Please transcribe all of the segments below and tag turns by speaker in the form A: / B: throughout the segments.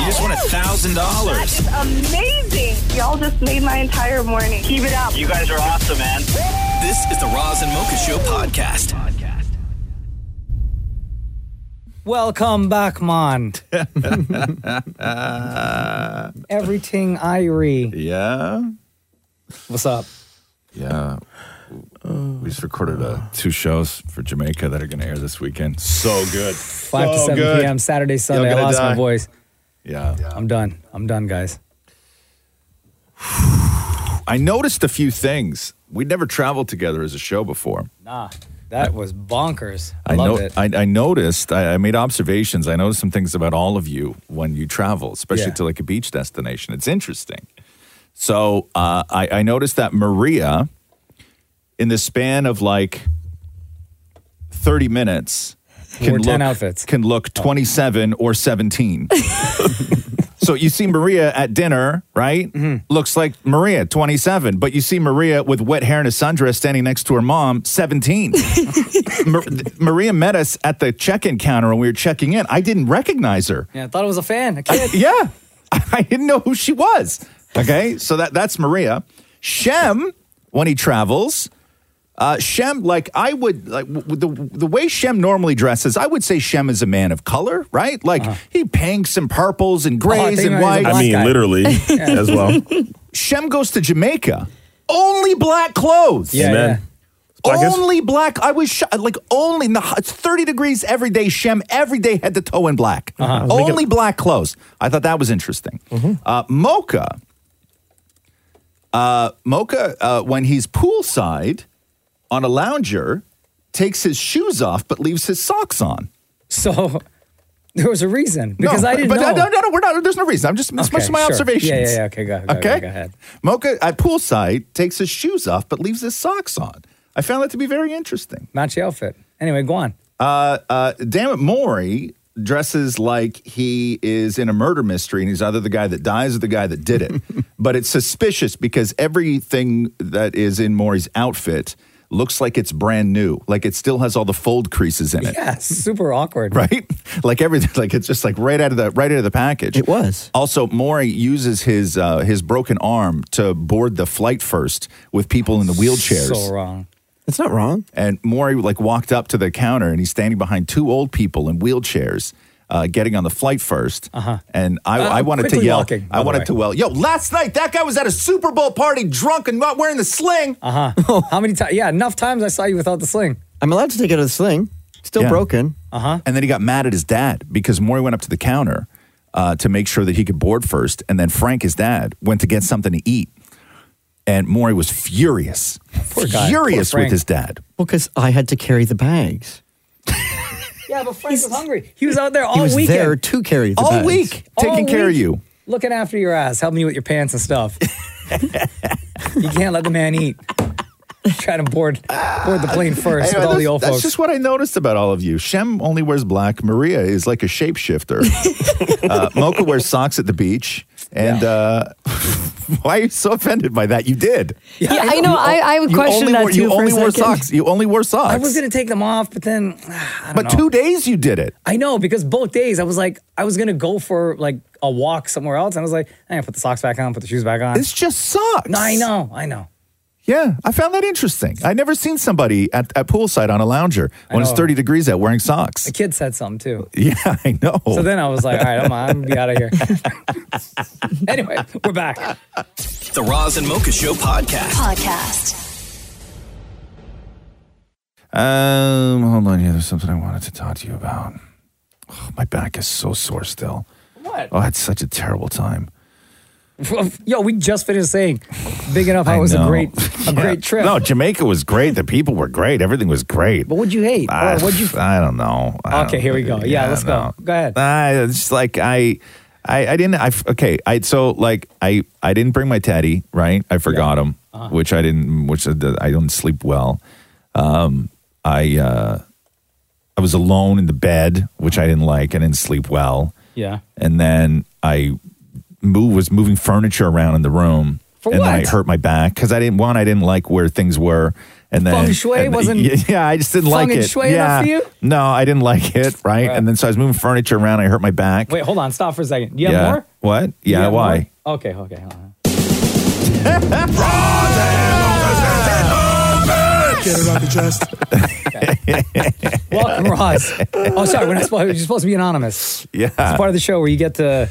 A: You just won a thousand dollars.
B: Amazing. Y'all just made my entire morning. Keep it up.
C: You guys are awesome, man.
A: This is the Roz and Mocha Show podcast.
D: Welcome back, Mon. Everything Irie.
E: Yeah.
D: What's up?
E: Yeah. We just recorded uh, two shows for Jamaica that are going to air this weekend. So good.
D: Five to
E: So
D: seven
E: good.
D: p.m. Saturday, Sunday. I
E: gonna
D: lost my
E: die.
D: voice.
E: Yeah.
D: I'm done. I'm done, guys.
E: I noticed a few things. We'd never traveled together as a show before.
D: Nah, that was bonkers. I,
E: I,
D: loved
E: know-
D: it.
E: I, I noticed, I, I made observations. I noticed some things about all of you when you travel, especially
D: Yeah.
E: to like a beach destination. It's interesting. So uh, I, I noticed that Maria, in the span of like 30 minutes,
D: Wore 10 outfits.
E: can look 27 or 17. so you see Maria at dinner, right? Looks like Maria, 27. But you see Maria with wet hair and a sundress standing next to her mom, 17. Mar- Maria met us at the check-in counter when we were checking in. I didn't recognize her.
D: yeah, I thought it was a fan, a kid.
E: Yeah, I didn't know who she was. Okay, so that that's Maria. Shem, when he travels, uh, Shem like I would like w- w- the the way Shem normally dresses. I would say Shem is a man of color, right? Like he pinks and purples and
D: Uh-huh. Oh, I
E: grays
D: think
E: and
D: he's a
E: whites.
D: black
F: I mean,
D: guy.
F: literally as well.
E: Shem goes to Jamaica. Only black clothes.
D: yeah,
F: Amen. Black is-
E: Only black. I was sh- like only in the hot- it's 30 degrees every day. Shem every day head to toe in black. Only black clothes. I thought that was interesting. Uh, Mocha. Uh, Mocha, uh, when he's poolside on a lounger, takes his shoes off but leaves his socks on.
D: So there was a reason
E: No,
D: because I didn't
E: but
D: know.
E: No, no, no, we're not. There's no reason. I'm just this much
D: Okay,
E: of my
D: sure.
E: observations.
D: Yeah, yeah, yeah. Okay, go, go, go,
E: okay.
D: go ahead.
E: Mocha at poolside takes his shoes off but leaves his socks on. I found that to be very interesting.
D: Match the outfit. Anyway, go on.
E: Damn it, Maury dresses like he is in a murder mystery and he's either the guy that dies or the guy that did it. but it's suspicious because everything that is in Maury's outfit looks like it's brand new, like it still has all the fold creases in it.
D: Yeah, super awkward.
E: Right? Like everything like it's just like right out of the right out of the package.
G: It was.
E: Also, Maury uses his uh, his broken arm to board the flight first with people in the wheelchairs.
D: So wrong.
G: That's not wrong.
E: And Maury like walked up to the counter and he's standing behind two old people in wheelchairs. Uh, getting on the flight 1st uh-huh. and I,
D: Uh,
E: I wanted to
D: quickly
E: yell.
D: walking, by
E: I
D: the
E: wanted
D: way.
E: to yell. Yo, last night that guy was at a Super Bowl party, drunk and not wearing the sling.
D: Uh-huh.
E: Oh.
D: How many times? Yeah, enough times I saw you without the sling.
G: I'm allowed to take it out of the sling. Still
E: Yeah.
G: broken.
E: And then he got mad at his dad because Maury went up to the counter uh, to make sure that he could board first, and then Frank, his dad, went to get something to eat, and Maury was furious,
D: Poor guy.
E: furious
D: Poor Frank.
E: with his dad.
G: Well, because I had to carry the bags.
D: Yeah, but Frank was hungry. He was out there all
G: he was
D: weekend.
G: there to carry the
E: All
G: bags.
E: week,
D: All
E: taking care of
D: week.
E: you.
D: Looking after your ass, helping you with your pants and stuff. you can't let the man eat. Try to board board the plane first
E: Anyway,
D: with all the
E: that's-
D: old
E: that's
D: folks.
E: just what I noticed about all of you. Shem only wears black. Maria is like a shapeshifter. uh, Mocha wears socks at the beach. And uh, why are you so offended by that? You did.
D: yeah,
H: I know, I- I would
E: You
H: question
E: only
H: that
E: wore,
H: too
E: You
H: for a
E: only wore
H: second.
E: socks. You only wore socks.
D: I was gonna take them off, but then I don't
E: but
D: know.
E: two days you did it.
D: I know because both days I was like, I was gonna go for like a walk somewhere else, and I was like, I'm gonna put the socks back on, put the shoes back on.
E: It's just socks.
D: No, I know, I know.
E: Yeah, I found that interesting. I never seen somebody at, at poolside on a lounger when it's
D: know.
E: 30 degrees out wearing socks.
D: The kid said something too.
E: Yeah, I know.
D: So then I was like, all right, I'm, I'm gonna be out of here. anyway, we're back.
A: The Roz and Mocha Show podcast.
I: Podcast.
E: Um, hold on here. There's something I wanted to talk to you about. Oh, my back is so sore still.
D: What?
E: Oh, I had such a terrible time.
D: Yo, we just finished saying big enough. How it was
E: know.
D: a great, a
E: Yeah.
D: great trip.
E: No, Jamaica was great. The people were great. Everything was great.
D: but what'd you hate?
E: I,
D: or oh, what'd you?
E: I don't know. I
D: Okay,
E: don't-
D: here we go. Yeah, let's go. Go ahead.
E: I, it's just like I, I, I didn't. I f- okay. I so like I I didn't bring my teddy. Right. I forgot him,
D: Uh-huh.
E: which I didn't. Which I, did- I don't sleep well. Um. I uh. I was alone in the bed, which I didn't like. I didn't sleep well,
D: Yeah.
E: and then I move was moving furniture around in the room,
D: For
E: and then I
D: what?
E: hurt my back because I didn't. One, I didn't like where things were, and then
D: Feng shui
E: and-
D: wasn't-
E: Yeah, yeah, I just didn't
D: Feng
E: like
D: and
E: it.
D: shui
E: yeah.
D: enough for you?
E: No, I didn't like it. Right, and then so I was moving furniture around. I hurt my back.
D: Wait, hold on. Stop for a second. Do you
E: yeah.
D: have more?
E: What?
D: Do you
E: Yeah.
D: have
E: Why?
D: more? Okay. Okay. Hold on.
C: Get it off your chest.
D: Welcome, Roz. Oh, sorry. We're not supposed. You're supposed to be anonymous.
E: Yeah.
D: It's part of the show where you get to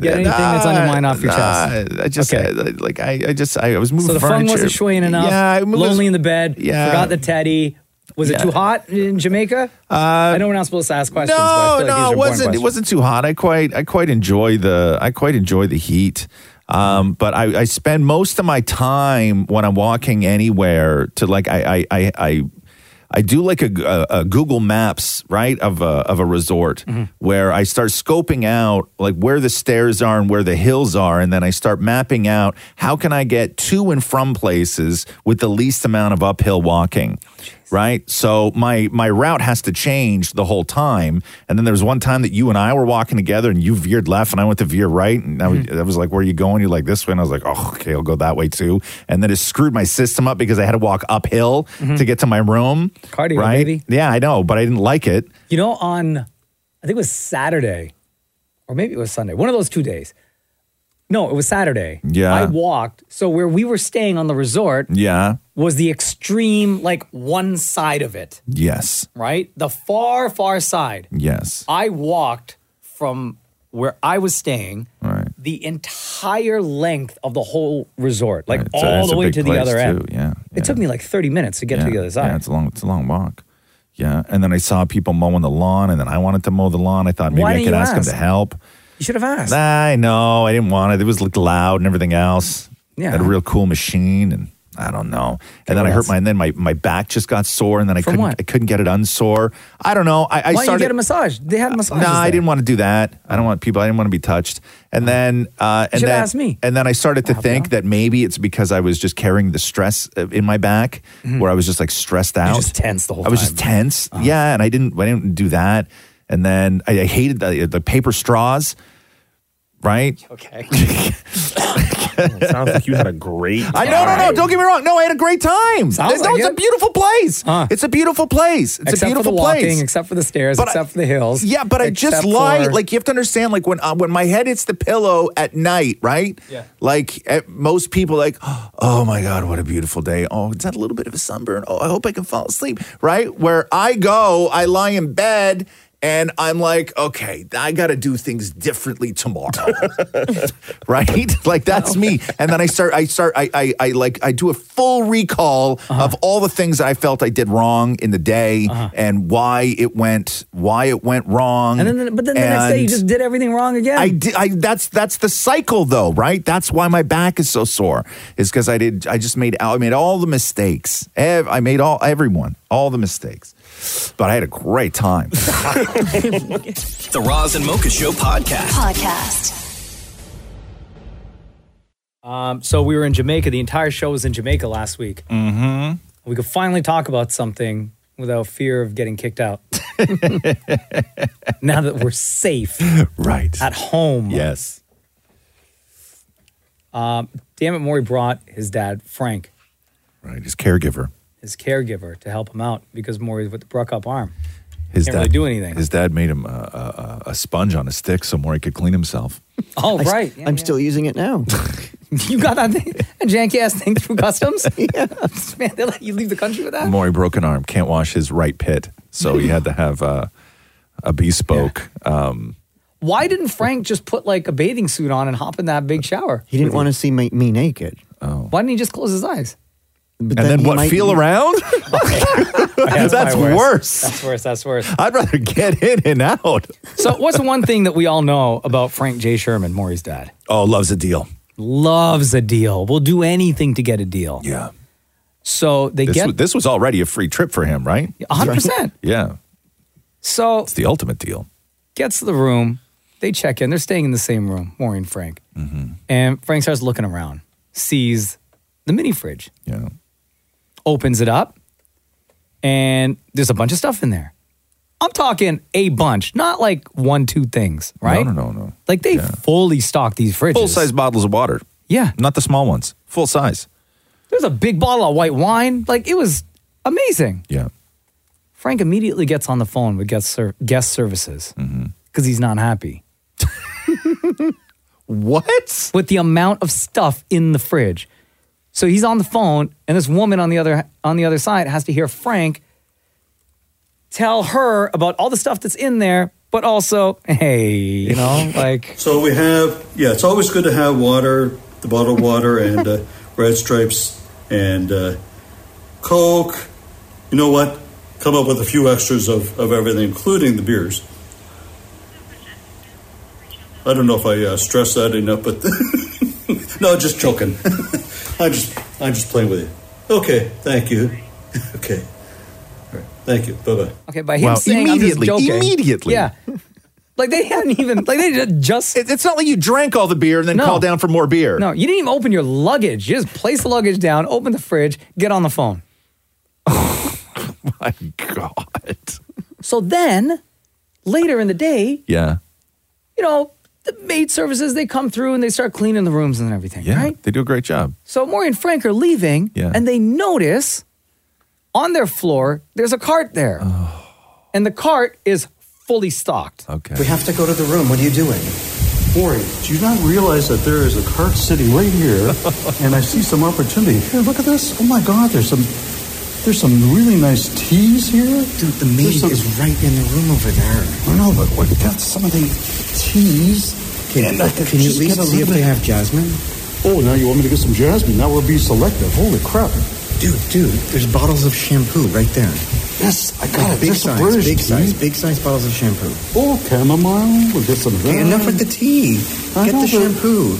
D: get anything that's on your mind off your chest.
E: Nah, I just
D: Okay.
E: I- I- like I, I just I was moving
D: So the phone
E: furniture.
D: wasn't swaying enough.
E: Yeah, I moved-
D: lonely in the bed.
E: Yeah.
D: forgot the teddy. Was
E: Yeah.
D: it too hot in Jamaica? Uh, I know we're not supposed to ask questions. but I
E: No,
D: feel like
E: no,
D: these are
E: it
D: important
E: wasn't. It
D: questions.
E: wasn't too hot. I quite, I quite enjoy the, I quite enjoy the heat. Um, but I, I spend most of my time when I'm walking anywhere to like I, I, I. I I do like a, a, a Google Maps, right, of a of a resort
D: Mm-hmm.
E: where I start scoping out like where the stairs are and where the hills are, and then I start mapping out how can I get to and from places with the least amount of uphill walking right? So my my route has to change the whole time. And then there was one time that you and I were walking together, and you veered left, and I went to veer right, and I was,
D: Mm-hmm.
E: I was like, "Where are you going?" You're like this way, and I was like, "Oh, okay, I'll go that way too." And then it screwed my system up because I had to walk uphill to get to my room.
D: Mm-hmm. Cardio,
E: right?
D: baby.
E: Yeah, I know, but I didn't like it.
D: You know, on I think it was Saturday, or maybe it was Sunday. One of those two days. No, it was Saturday.
E: Yeah.
D: I walked. So where we were staying on the resort
E: Yeah.
D: was the extreme, like one side of it,
E: Yes.
D: right? The far, far side.
E: Yes.
D: I walked from where I was staying
E: Right.
D: the entire length of the whole resort, like
E: Right. So
D: all
E: that's
D: the
E: a
D: way
E: big
D: to the
E: place,
D: other end.
E: too. Yeah.
D: It took me like 30 minutes to get to the other side.
E: Yeah, it's a long, it's a long walk. Yeah, and then I saw people mowing the lawn, and then I wanted to mow the lawn. I thought maybe
D: Why
E: I
D: didn't
E: could
D: you
E: ask,
D: ask?
E: them to help.
D: you should have asked.
E: Nah, I know, I didn't want it. It was looked loud and everything else.
D: Yeah.
E: had a real cool machine, and I don't know. And then
D: what
E: I hurt
D: else?
E: my, and then my, my back just got sore, and then I
D: From
E: couldn't
D: what?
E: I couldn't get it unsore. I don't know. I,
D: Why
E: I
D: don't you
E: started.
D: get a massage? They had massages.
E: No, I
D: there.
E: didn't want to do that. I don't want people. I didn't want to be touched. And then, uh, and
D: should've
E: then,
D: asked me.
E: and then I started to think that maybe it's because I was just carrying the stress uh, in my back, where I was just like stressed out,
D: Mm-hmm. just tense the whole
E: I was
D: time. Uh-huh.
E: just tense. Yeah, and I didn't. I didn't do that. And then I, I hated the, the paper straws. Right?
D: Okay.
F: It sounds like you had a great.
E: I no no no. Don't get me wrong. No, I had a great time.
D: Sounds
E: no,
D: like
E: it's a
D: it.
E: beautiful place.
D: Huh.
E: It's a beautiful place. It's
D: except
E: a beautiful
D: for the walking,
E: place.
D: except for the stairs,
E: But I-
D: except for the hills.
E: Yeah, but I just
D: except
E: lie.
D: for-
E: Like you have to understand. Like when uh, when my head hits the pillow at night, right?
D: Yeah.
E: Like at most people, like, oh my god, what a beautiful day. Oh, it's had a little bit of a sunburn. Oh, I hope I can fall asleep. Right where I go, I lie in bed. And I'm like, okay, I got to do things differently tomorrow, right? Like that's me. And then I start, I start, I, I, I like, I do a full recall
D: Uh-huh.
E: of all the things that I felt I did wrong in the day and why it went, why it went wrong.
D: and then, but then the next day you
E: And
D: just did everything wrong again.
E: I, di- I that's that's the cycle though, right? That's why my back is so sore is because I did I just made I made all the mistakes. Ev- I made all everyone all the mistakes, but I had a great time.
A: The Roz and Mocha Show podcast.
H: Podcast.
D: um, so we were in Jamaica. The entire show was in Jamaica last week. Mm-hmm. We could finally talk about something without fear of getting kicked out. now that we're safe
E: right?
D: at home.
E: Yes.
D: Damn it, Maury brought his dad Frank,
E: Right. His caregiver.
D: his caregiver, to help him out because Maury's with the broke up arm.
E: His
D: Can't
E: dad
D: really do anything.
E: His dad made him a, a, a- a sponge on a stick somewhere he could clean himself.
D: Oh, right.
G: I'm still using it now.
D: You got that thing, a janky ass thing through customs? yeah. Man, they let you leave the country with that?
E: Maury broken arm can't wash his right pit, so he had to have uh, a bespoke. Um,
D: Why didn't Frank just put like a bathing suit on and hop in that big shower?
G: He didn't want to see my, me naked.
D: Why didn't he just close his eyes?
G: But
E: and then,
G: he
E: what?
G: might-
E: Feel around? that's
D: probably
E: worse.
D: That's worse. That's worse.
E: I'd rather get in and out.
D: so, what's the one thing that we all know about Frank J. Sherman, Maury's dad?
E: Oh, loves a deal.
D: Loves a deal. Will do anything to get a deal.
E: Yeah.
D: So they
E: This,
D: get
E: wa- this was already a free trip for him, right?
D: 100%.
E: Yeah.
D: So
E: It's the ultimate deal.
D: gets to the room, They check in. They're staying in the same room, Maury and Frank.
E: Mm-hmm.
D: And Frank starts looking around, sees the mini fridge.
E: Yeah.
D: Opens it up, and there's a bunch of stuff in there. I'm talking a bunch, not like one, two things, right?
E: No, no, no, no.
D: Like they fully stock these fridges.
E: Full size bottles of water.
D: Yeah.
E: Not the small ones. Full size.
D: There's a big bottle of white wine. Like it was amazing.
E: Yeah.
D: Frank immediately gets on the phone with guest, ser- guest services because
E: Mm-hmm.
D: he's not happy.
E: What?
D: With the amount of stuff in the fridge. So he's on the phone, and this woman on the other on the other side has to hear Frank tell her about all the stuff that's in there, but also, hey, you know, like
B: So we have, yeah, it's always good to have water, the bottled water, and uh, red stripes, and uh, Coke. You know what? Come up with a few extras of, of everything, including the beers. I don't know if I uh, stressed that enough, but no, just joking. I'm just I'm just playing with you. Okay, thank you. okay, All right, thank you. Bye bye.
D: okay, by him
E: Wow,
D: saying I'm just
E: immediately,
D: joking-
E: immediately.
D: yeah, like they hadn't even like they did just
E: It, it's not like you drank all the beer and then
D: No.
E: called down for more beer.
D: No, you didn't even open your luggage. You just place the luggage down, open the fridge, get on the phone.
E: My God.
D: So then, later in the day,
E: Yeah.
D: you know, the maid services they come through and they start cleaning the rooms and everything,
E: Yeah.
D: right?
E: They do a great job.
D: So Maury and Frank are leaving,
E: Yeah.
D: and they notice on their floor there's a cart there,
E: Oh.
D: and the cart is fully stocked.
E: Okay.
F: We have to go to the room. What are you doing?
B: Maury, do you not realize that there is a cart sitting right here, and I see some opportunity? Here, look at this. Oh my God, there's some, there's some really nice teas here.
F: Dude, the maid
B: There's some-
F: is right in the room over there.
B: I know, but what, got some of the teas.
F: Can,
B: and I could
F: can you at
B: just
F: least
B: get a
F: see if
B: little
F: they
B: bit-
F: have jasmine?
B: Oh, now you want me to get some jasmine? Now we're being selective. Holy crap!
F: Dude, dude, there's bottles of shampoo right there.
B: Yes, I got
F: Like
B: it.
F: big
B: There's a
F: size,
B: British
F: big
B: tea.
F: size, big size bottles of shampoo.
B: Oh, chamomile. We'll get some. of
F: Okay,
B: that.
F: enough with the tea.
B: I
F: Get
B: know,
F: the
B: but-
F: shampoo.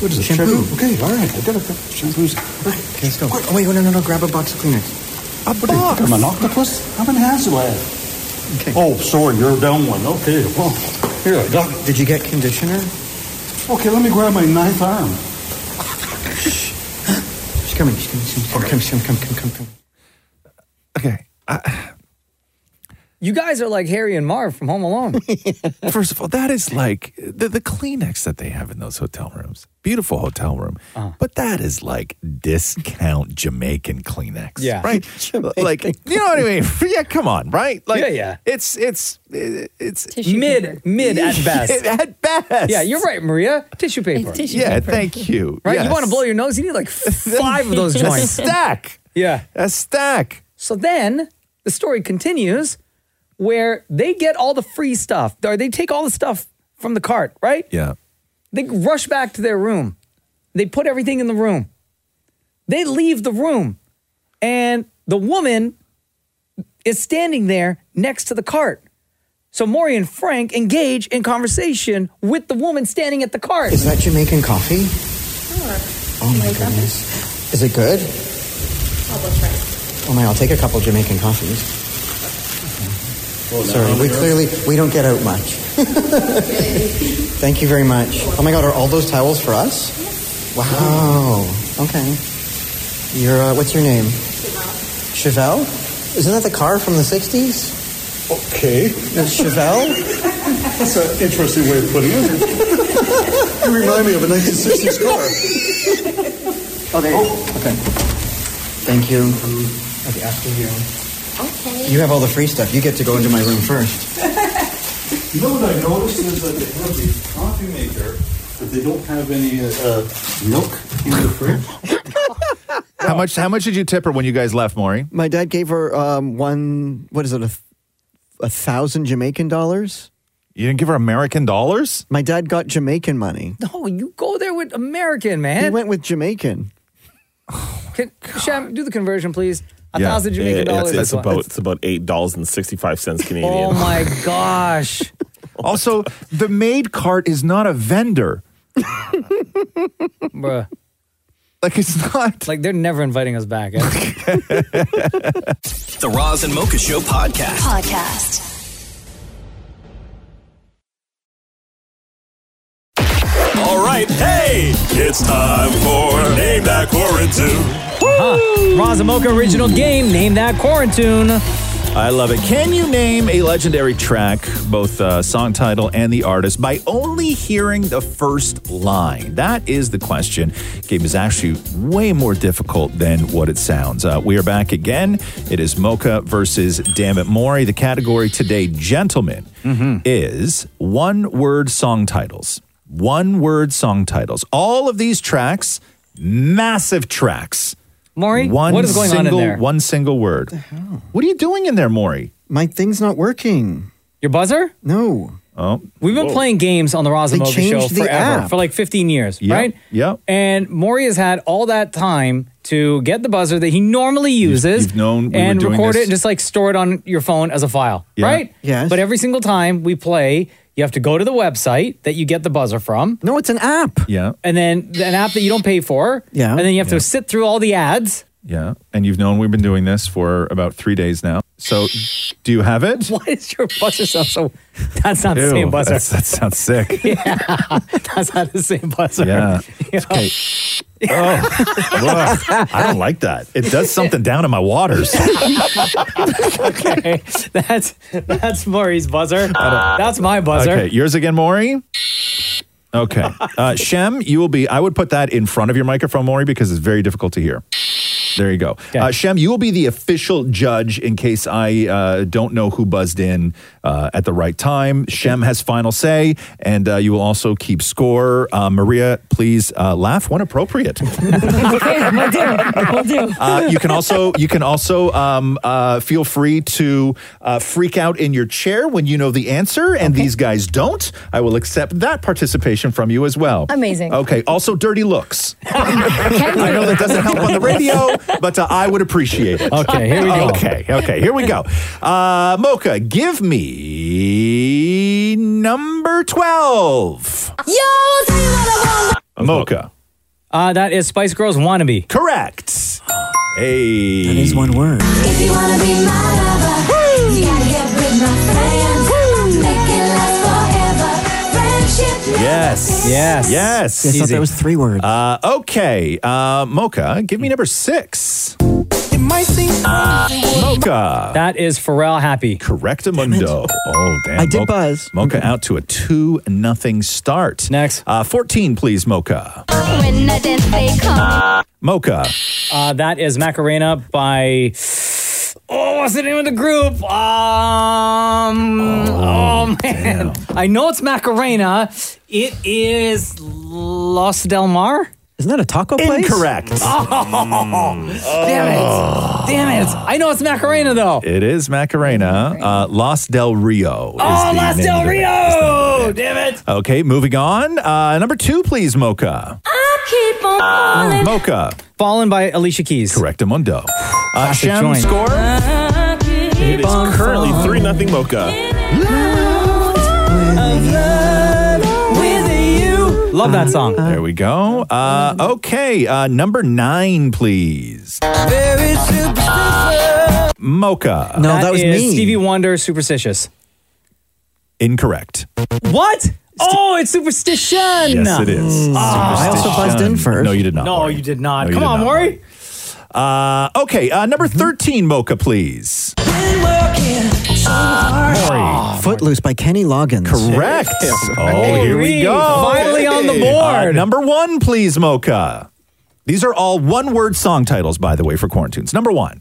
B: What is it?
F: shampoo.
B: Shampoo. Okay, all right. I got it. Shampoo's. All right.
F: Okay, let's go. Oh, wait, no, no, no. Grab a box of Kleenex.
B: A box. Oh, I'm an octopus. How many hands do I have?
F: Okay.
B: Oh, sorry, you're down one. Okay, well, here I got.
F: Did you get conditioner?
B: Okay, let me grab my ninth arm.
F: She's coming. She's coming. She's coming. Come, come, come, come, come, come.
E: Okay.
D: You guys are like Harry and Marv from Home Alone.
E: First of all, that is like the, the Kleenex that they have in those hotel rooms. Beautiful hotel room.
D: Uh-huh.
E: But that is like discount Jamaican Kleenex.
D: Yeah.
E: Right? like, you know what I mean? yeah, come on, right? Like,
D: Yeah, yeah.
E: It's, it's, it's
J: Tissue paper.
D: mid, mid at best.
E: at best.
D: Yeah, you're right, Maria. Tissue paper.
J: Tissue
E: Yeah,
J: paper.
E: thank you.
D: Right?
E: Yes.
D: You want to blow your nose? You need like five of those
E: a
D: joints.
E: stack.
D: Yeah.
E: A stack.
D: So then the story continues where they get all the free stuff, or they take all the stuff from the cart, right?
E: Yeah.
D: They rush back to their room. They put everything in the room. They leave the room, and the woman is standing there next to the cart. So Maury and Frank engage in conversation with the woman standing at the cart.
F: Is that Jamaican coffee? Oh my goodness. Is it good? Oh my, I'll take a couple Jamaican coffees. Sorry, we clearly we don't get out much. Thank you very much. Oh my god, are all those towels for us? Wow. Okay. Your uh, what's your name? Chevelle. Chevelle? Isn't that the car from the '60s?
B: Okay,
F: Chevelle?
B: that's an interesting way of putting it. you remind me of a 1960s car.
F: Oh, there. You go. Okay. Thank you. Okay, after you.
J: Okay.
F: You have all the free stuff. You get to go into my room first.
B: You know what I noticed is that they have the coffee maker, but they don't have any uh, uh, milk in the fridge.
E: How much? How much did you tip her when you guys left, Maury?
F: My dad gave her um, one. What is it? A, th- a thousand Jamaican dollars.
E: You didn't give her American dollars?
F: My dad got Jamaican money.
D: No, you go there with American, man.
F: He went with Jamaican.
D: Can, Sham, do the conversion, please. A
E: Yeah.
D: thousand
K: Yeah,
D: Jamaican dollars.
K: it's, it's
D: is what-
K: about it's about eight dollars and sixty five cents Canadian.
D: Oh my gosh.
E: Also, the maid cart is not a vendor.
D: Bruh.
E: Like it's not.
D: Like they're never inviting us back. eh?
A: The Roz and Mocha Show podcast.
L: Podcast.
M: right. Hey, it's time for Name That Quarantine.
D: Huh. Razamoka original game. Name that quarantine.
E: I love it. Can you name a legendary track, both uh, song title and the artist, by only hearing the first line? That is the question. Game is actually way more difficult than what it sounds. Uh, we are back again. It is Mocha versus Damn It Maury. The category today, gentlemen,
D: Mm-hmm.
E: is one word song titles. One word song titles. All of these tracks, massive tracks.
D: Maury,
E: one
D: what is going on in
E: single,
D: there?
E: One single word. What are you doing in there, Maury?
G: My thing's not working.
D: Your buzzer?
G: No.
E: Oh.
D: We've been playing games on the
G: They
D: Razamoka show
G: changed the
D: forever,
G: app.
D: for like 15 years,
E: Yep,
D: right?
E: Yep.
D: And Maury has had all that time to get the buzzer that he normally uses
E: you've known we were
D: and
E: doing
D: record
E: this.
D: it and just like store it on your phone as a file,
E: Yeah.
D: right?
G: Yes.
D: But every single time we play, you have to go to the website that you get the buzzer from,
G: No, it's an app.
E: Yeah.
D: and then an app that you don't pay for.
G: Yeah.
D: And then you have to sit through all the ads.
E: Yeah. And you've known we've been doing this for about three days now. So do you have it?
D: Why does your buzzer sound so? That's not the
E: Ew,
D: same buzzer.
E: that's- that sounds sick.
D: That's not the same buzzer.
E: Yeah.
D: You know?
E: Okay. Oh, look, I don't like that. It does something down in my waters.
D: Okay. That's that's Maury's buzzer. That's my buzzer.
E: Okay, yours again, Maury. Okay. Uh, Shem, you will be, I would put that in front of your microphone, Maury, because it's very difficult to hear. There you go. Uh, Shem, you will be the official judge in case I uh, don't know who buzzed in uh, at the right time. Shem has final say, and uh, you will also keep score. Uh, Maria, please uh, laugh when appropriate.
N: Okay, we'll do. We'll do.
E: Uh, you can also you can also um, uh, feel free to uh, freak out in your chair when you know the answer, and these guys don't. I will accept that participation from you as well.
N: Amazing.
E: Okay. Also, dirty looks.
N: Can
E: I know that doesn't help on the radio, but uh, I would appreciate it.
D: Okay, here we go.
E: Okay. Okay. Here we go. Uh, Mocha, give me number twelve.
N: Yo, see what I want.
E: Mocha.
D: Uh, that is Spice Girls Wannabe.
E: Correct. Hey.
G: That is one word.
H: If you wanna be my lover, you gotta get with my friends. Make it last forever. Friendship never
E: Yes.
H: ends.
D: Yes.
E: Yes.
G: See, I thought
D: Easy.
G: that was three words.
E: Uh, okay, uh, Mocha, give me number six. Ah,
G: it might seem.
E: Mocha.
D: That is Pharrell Happy.
E: Correctamundo. Oh, damn.
G: I did
E: Mocha-
G: buzz.
E: Mocha out to a 2 nothing start.
D: Next.
E: Uh, 14, please, Mocha.
H: When the dance they call me.
E: Mocha.
D: Uh, that is Macarena by. Oh, what's the name of the group? Um. Oh, man. I know it's Macarena. It is Los Del Mar.
G: Isn't that a taco place?
E: Incorrect.
D: Damn it. Damn it.
G: Ah.
D: I know it's Macarena, though.
E: It is Macarena. Uh, Los Del Rio.
D: Oh, Los Del Rio. Damn it.
E: Okay, moving on. Uh, number two, please, Mocha. Ah,
N: Keep on falling.
E: Mocha.
D: Fallen by Alicia Keys.
E: Correctamundo. Uh,
D: Classic
E: Shem,
D: joint.
E: score?
F: It is currently 3 nothing Mocha.
D: Love that song.
G: Oh,
E: There we go. Uh, okay, uh, number nine, please. Mocha.
G: No, that, was
D: is
G: me.
D: Stevie Wonder, Superstitious.
E: Incorrect.
D: What? oh, it's Superstition.
E: Yes, it is.
G: Ah, I also buzzed in first.
E: No, you did not.
D: No,
E: Maury.
D: you did not.
E: No, you
D: Come
E: did
D: on,
E: not,
D: Maury.
E: Uh, okay, uh, number
G: Mm-hmm.
E: 13, Mocha, please.
G: Footloose by Kenny Loggins.
E: Correct. Oh, here we
D: Three,
E: go.
D: Finally on the
E: Uh,
D: board.
E: number one, please, Mocha. These are all one word song titles, by the way, for Quarantunes. Number one.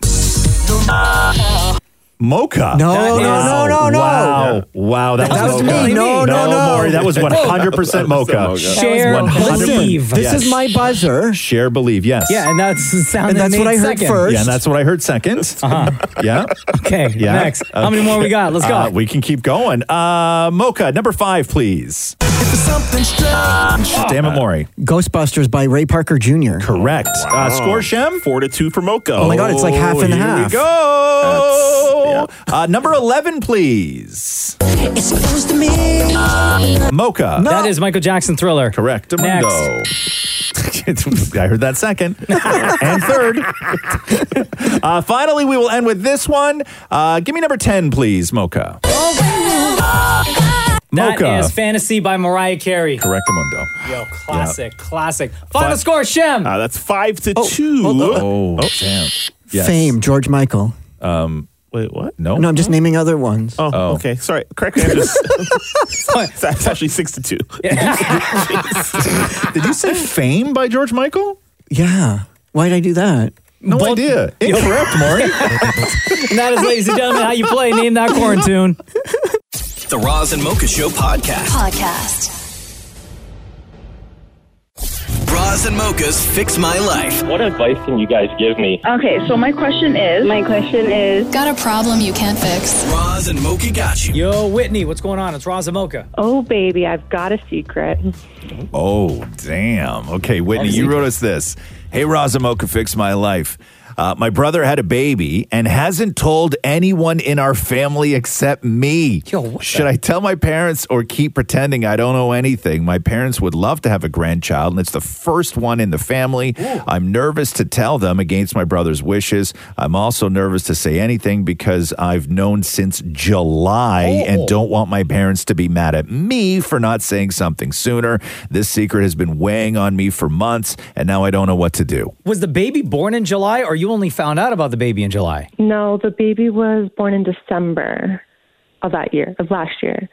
E: Mocha.
G: No, no, no, no, no.
E: Wow. Wow. That,
G: That
E: was
G: was
E: Mocha.
G: me. No, no, no.
E: Maury, that was 100% Mocha.
D: Share,
E: That was one hundred percent.
D: believe.
G: This
E: Yes.
G: is my buzzer.
E: Share, believe, yes.
D: Yeah, and that's the sound
G: And
D: that
G: that's
D: made
G: what I heard
D: second.
G: first.
E: Yeah, and that's what I heard 2nd Yeah.
D: Okay,
E: Yeah.
D: next. How many more we got? Ah, Let's go.
E: Uh, we can keep going. Uh, Mocha, number five, please. Oh. Damn it, Maury.
G: Ghostbusters by Ray Parker Jr.
E: Correct. Uh, score, Shem?
F: 4 to 2 for Mocha.
G: Oh my God, it's like half and
E: here we
G: half.
E: go.
F: That's-
E: Uh, number 11, please. Mocha.
D: That is Michael Jackson Thriller.
E: Correct. Next. I heard that second and third. Uh, finally, we will end with this one. Uh, give me number 10, please, Mocha.
O: That
E: Mocha.
O: is Fantasy by Mariah Carey.
E: Correct, Mundo.
O: Yo, classic, classic. Final score, Shem.
F: Ah, that's five to two.
E: Oh, damn. Oh, Yes.
G: Fame, George Michael.
E: Um,
F: Wait, what?
E: No.
G: No, I'm just naming other ones.
F: Oh, okay. Sorry. Correct answer is that's actually six to two.
E: Did you say Fame by George Michael?
G: Yeah. Why did I do that?
E: No idea. Incorrect, Maury.
O: And that is, ladies and gentlemen, how you play. Name that quarantine.
A: The Roz and Mocha Show podcast.
I: Podcast.
A: Roz and Mocha's Fix My Life.
P: What advice can you guys give me?
B: Okay, so my question is. My question is.
I: Got a problem you can't fix?
A: Roz and Mocha got you.
O: Yo, Whitney, what's going on? It's Raza Mocha.
B: Oh, baby, I've got a secret.
E: Oh, damn. Okay, Whitney, you wrote us this. Hey, Razamoka, fix my life. Uh, my brother had a baby and hasn't told anyone in our family except me. Should I tell my parents or keep pretending I don't know anything? My parents would love to have a grandchild, and it's the first one in the family. I'm nervous to tell them against my brother's wishes. I'm also nervous to say anything because I've known since July
Q: Oh.
E: and don't want my parents to be mad at me for not saying something sooner. This secret has been weighing on me for months, and now I don't know what to do.
O: Was the baby born in July, or you only found out about the baby in July?
Q: No, the baby was born in December of that year, of last year.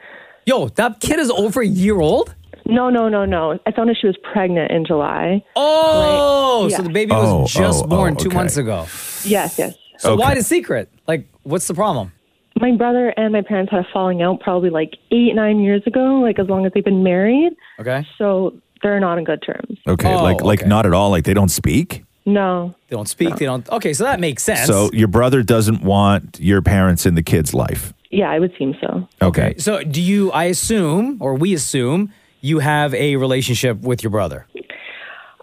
O: Yo, that kid is over a year old?
Q: No, no, no, no. I found out she was pregnant in July.
O: Oh,
Q: Right.
O: so
Q: Yeah.
O: the baby was
E: Oh,
O: just
E: oh,
O: born
E: oh,
O: two
E: okay.
O: months ago.
Q: Yes, yes.
O: So why
E: Okay.
O: the secret? Like, what's the problem?
Q: My brother and my parents had a falling out probably like eight, nine years ago, like as long as they've been married.
O: Okay.
Q: So they're not on good terms.
E: Okay,
Q: Oh,
E: like like not at all. Like they don't speak.
Q: No.
O: They don't speak. They don't. Okay, so that makes sense.
E: So your brother doesn't want your parents in the kid's life.
Q: Yeah, I would seem so.
E: Okay.
O: so do you? I assume, or we assume, you have a relationship with your brother.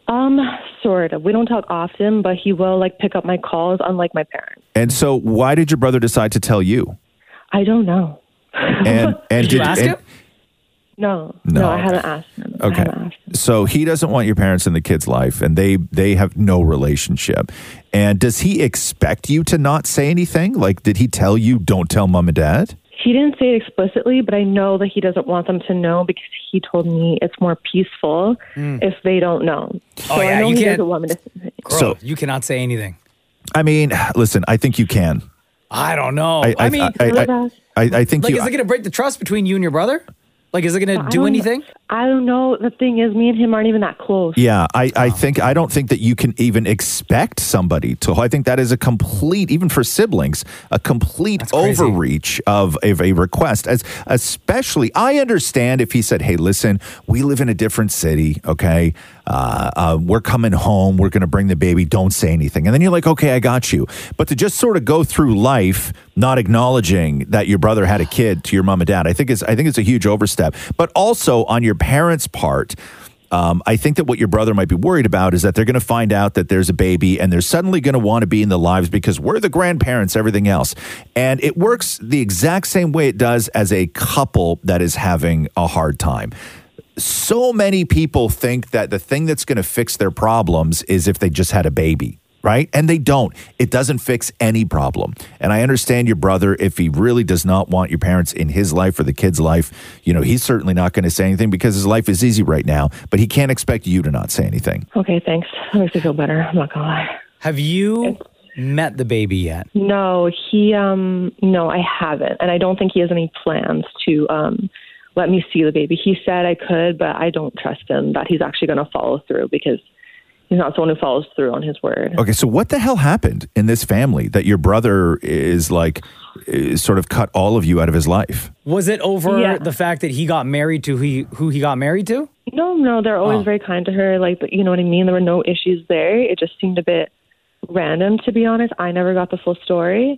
Q: Um, sort of. We don't talk often, but he will like pick up my calls, unlike my parents.
E: And so why did your brother decide to tell you?
Q: I don't know.
E: And and
Q: Did you ask
E: and-
Q: him? No.
E: No,
Q: No, I haven't asked him.
E: Okay. So he doesn't want your parents in the kid's life and they they have no relationship. And does he expect you to not say anything? Like did he tell you don't tell mom and dad?
Q: He didn't say it explicitly, but I know that he doesn't want them to know because he told me it's more peaceful
E: Hmm.
Q: if they don't know.
O: Oh,
Q: so
O: yeah,
Q: I know
O: you
Q: he
O: can't-
Q: doesn't want me to say it.
O: Girl,
E: So-
O: you cannot say anything.
E: I mean, listen, I think you can.
O: I don't know.
E: I-
O: I,
E: I-
O: mean,
E: I- I- I- I- I think
O: like,
E: you-
O: is it going to break the trust between you and your brother? Like, is it going to
Q: I
O: do
Q: don't-
O: anything?
Q: I don't know. The thing is, me and him aren't even that close.
E: Yeah, I, I think I don't think that you can even expect somebody to. I think that is a complete, even for siblings, a complete overreach of, of a request. As especially, I understand if he said, "Hey, listen, we live in a different city. Okay, uh, uh, we're coming home. We're going to bring the baby. Don't say anything." And then you're like, "Okay, I got you." But to just sort of go through life not acknowledging that your brother had a kid to your mom and dad, I think is I think it's a huge overstep. But also on your parents' part. Um, I think that what your brother might be worried about is that they're going to find out that there's a baby and they're suddenly going to want to be in the lives because we're the grandparents, everything else. And it works the exact same way it does as a couple that is having a hard time. So many people think that the thing that's going to fix their problems is if they just had a baby. Right? And they don't. It doesn't fix any problem. And I understand your brother, if he really does not want your parents in his life or the kid's life, you know, he's certainly not going to say anything because his life is easy right now, but he can't expect you to not say anything.
Q: Okay, thanks. That makes me feel better. I'm not gonna lie.
O: Have you met the baby yet?
Q: No, he. Um, no, I haven't, and I don't think he has any plans to um, let me see the baby. He said I could, but I don't trust him that he's actually gonna follow through because he's not someone who follows through on his word.
E: Okay, so what the hell happened in this family that your brother is like, is sort of cut all of you out of his life?
O: Was it over
Q: Yeah.
O: the fact that he got married to who he, who he got married to?
Q: No, no, they're always very kind to her. Like, you know what I mean? There were no issues there. It just seemed a bit random, to be honest. I never got the full story,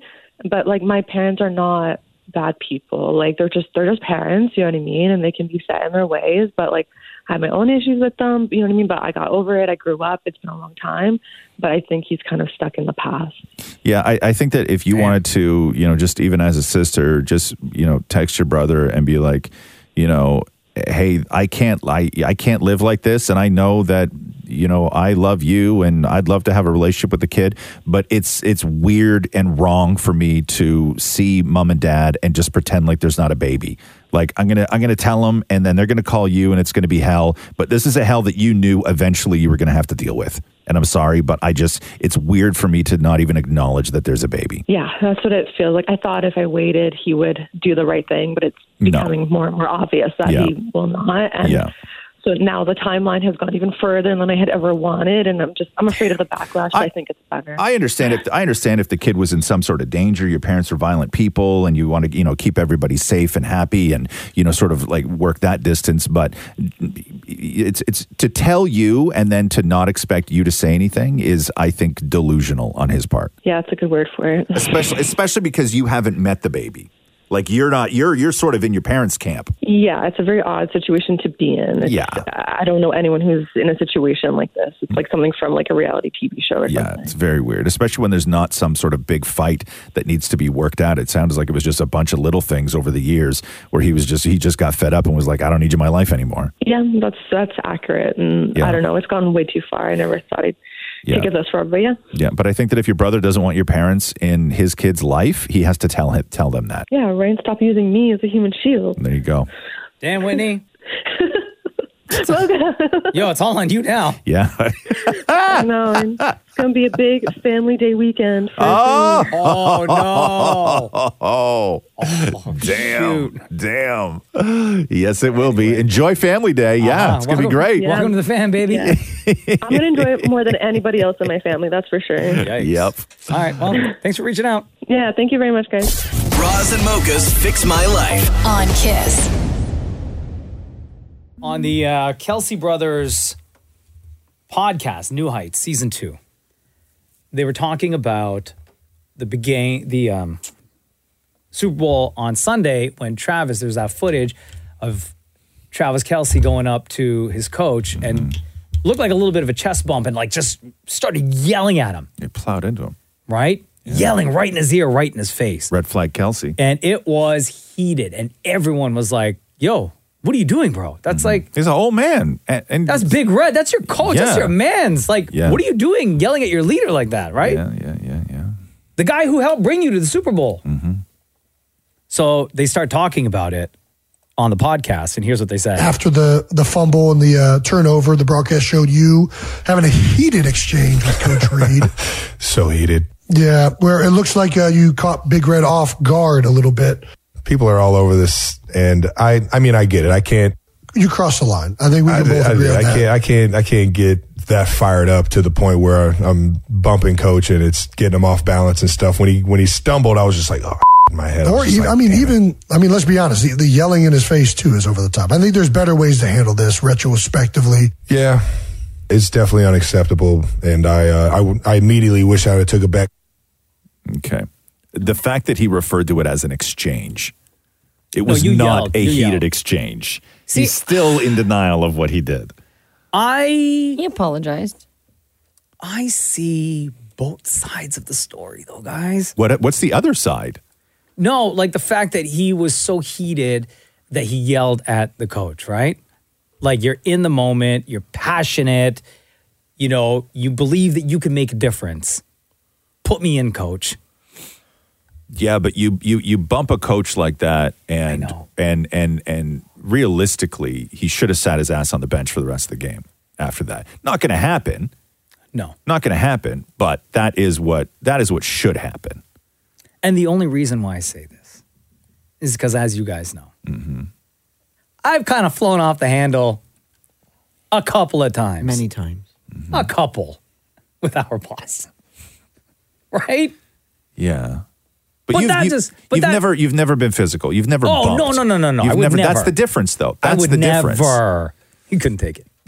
Q: but like, my parents are not bad people. Like, they're just they're just parents. You know what I mean? And they can be set in their ways. But like, I had my own issues with them. You know what I mean? But I got over it. I grew up. It's been a long time, but I think he's kind of stuck in the past.
E: Yeah, I, I think that if you wanted to, you know, just even as a sister, just you know, text your brother and be like, you know, hey, I can't, I, I can't live like this, and I know that, you know, I love you, and I'd love to have a relationship with the kid, but it's it's weird and wrong for me to see mom and dad and just pretend like there's not a baby. Like I'm gonna I'm gonna tell them, and then they're gonna call you, and it's gonna be hell. But this is a hell that you knew eventually you were gonna have to deal with. And I'm sorry, but I just it's weird for me to not even acknowledge that there's a baby.
Q: Yeah, that's what it feels like. I thought if I waited, he would do the right thing, but it's
E: No.
Q: becoming more and more obvious that
E: Yeah.
Q: he will not. And
E: Yeah.
Q: so now the timeline has gone even further than I had ever wanted, and I'm just I'm afraid of the backlash. I, I think it's better.
E: I understand if I understand if the kid was in some sort of danger, your parents are violent people and you want to, you know, keep everybody safe and happy and, you know, sort of like work that distance, but it's it's to tell you and then to not expect you to say anything is I think delusional on his part.
Q: yeah, it's a good word for it.
E: Especially especially because you haven't met the baby. Like you're not you're you're sort of in your parents' camp.
Q: Yeah, it's a very odd situation to be in. It's,
E: Yeah.
Q: I don't know anyone who's in a situation like this. It's like something from like a reality TV show or
E: Yeah, it's very weird, especially when there's not some sort of big fight that needs to be worked out. It sounds like it was just a bunch of little things over the years where he was just he just got fed up and was like, I don't need you in my life anymore.
Q: Yeah, that's that's accurate, and
E: Yeah.
Q: I don't know. It's gone way too far. I never thought I'd
E: Yeah.
Q: take it this far, but yeah,
E: Yeah, but I think that if your brother doesn't want your parents in his kid's life, he has to tell him, tell them that.
Q: yeah. Ryan, stop using me as a human shield.
E: There you go.
D: Damn, Whitney.
Q: I
D: Yo, it's all on you now.
E: Yeah.
Q: know and it's gonna be a big family day weekend. For
E: Oh,
Q: everyone.
E: no. Oh, damn. Damn. Yes, it will be. Enjoy Family Day. Yeah,
Q: Uh-huh.
E: it's going to be
Q: Welcome-
E: great.
Q: Yeah. welcome to
D: the fam, baby.
Q: I'm gonna enjoy it more than anybody else in my family. That's for sure.
E: Yep.
D: All right. Well, thanks for reaching out.
Q: Yeah, thank you very much, guys.
A: Roz and Mocha's Fix My Life.
I: on Kiss.
D: On the uh, Kelsey Brothers podcast, New Heights, season two, they were talking about the begin the um, Super Bowl on Sunday when Travis. There's that footage of Travis Kelsey going up to his coach and looked like a little bit of a chest bump and like just started yelling at him.
E: It plowed into him,
D: right? Yelling right in his ear, right in his face.
E: Red flag Kelsey.
D: And it was heated, and everyone was like, "Yo, what are you doing, bro? That's like
E: he's an old man, and,
D: that's big red. That's your coach. That's
E: Yeah.
D: your man's. Like,
E: Yeah.
D: what are you doing, yelling at your leader like that, right? Yeah,
E: yeah, yeah, yeah. Mm-hmm.
D: The guy who helped bring you to the Super Bowl. So they start talking about it on the podcast, and here's what they said.
R: after the the fumble and the uh, turnover, the broadcast showed you having a heated exchange with Coach Reed.
S: So heated.
R: Yeah, where it looks like uh, you caught Big Red off guard a little bit.
S: People are all over this, and I. I mean, I get it. I can't.
R: You crossed the line. I think we
S: I,
R: can both
S: I-
R: agree
S: I
R: on that.
S: can't. I can't. I can't get that fired up to the point where I'm bumping coach and it's getting him off balance and stuff. When he when he stumbled, I was just like, oh, in my head. I was
R: Or
S: just
R: even,
S: like,
R: I mean, even I mean, let's be honest. The, the yelling in his face too is over the top. I think there's better ways to handle this retrospectively.
S: Yeah, it's definitely unacceptable, and I uh, I, w- I immediately wish I would have took it back.
E: Okay. The fact that he referred to it as an exchange, it
D: No,
E: was
D: you
E: not
D: yelled.
E: a
D: You
E: heated
D: yelled.
E: exchange.
D: See-
E: He's still in denial of what he did.
D: I he
T: apologized.
D: I see both sides of the story, though, guys.
E: What? What's the other side?
D: No, like the fact that he was so heated that he yelled at the coach, right? Like you're in the moment, you're passionate, you know, you believe that you can make a difference. Put me in, coach.
E: Yeah, but you you you bump a coach like that, and and and and realistically, he should have sat his ass on the bench for the rest of the game. After that, not going to happen.
D: No,
E: not going to happen. But that is what that is what should happen.
D: And the only reason why I say this is because, as you guys know,
E: Mm-hmm.
D: I've kind of flown off the handle a couple of times. Many
G: times.
D: A couple with our boss. Right?
E: Yeah. But,
D: But
E: you've,
D: that
E: you
D: just- but
E: you've
D: that-
E: never you've never been physical. You've never
D: Oh,
E: bumped.
D: no, no, no, no, no.
E: You've
D: I would
E: That's
D: never.
E: the difference though.
D: I
E: That's
D: would
E: the difference.
D: never. You couldn't take it.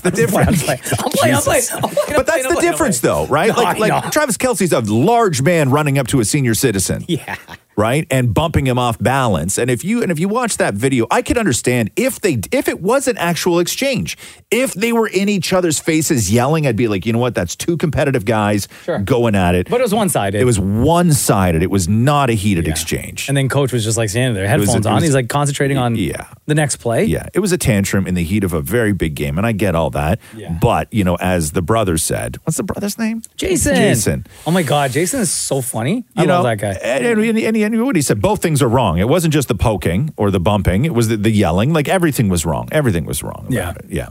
E: the difference.
D: I'm playing, I'm playing,
E: Jesus.
D: I'm playing,
E: But that's
D: I'm
E: the
D: playing, I'm
E: difference,
D: playing.
E: though, right?
D: No,
E: like,
D: I
E: like
D: know.
E: Travis Kelsey's a large man running up to a senior citizen.
D: Yeah.
E: Right and bumping him off balance, and if you and if you watch that video, I could understand if they if it was an actual exchange, if they were in each other's faces yelling, I'd be like, you know what, that's two competitive guys going at it. But
D: it was one sided.
E: It was one sided. It was not a heated exchange.
D: And then coach was just like standing there,
E: It was-
D: headphones
E: it
D: on.
E: was-
D: He's like concentrating on
E: yeah.
D: the next play.
E: Yeah, it was a tantrum in the heat of a very big game, and I get all that. But you know, as the brother said, what's the brother's name?
D: Jason.
E: Jason.
D: Oh my God, Jason is so funny. I
E: You
D: love
E: know, eh,
D: that guy.
E: And, and, and- and and what he said, both things are wrong. It wasn't just the poking or the bumping; it was the, the yelling. Like everything was wrong. Everything was wrong.
D: Yeah.
E: Yeah.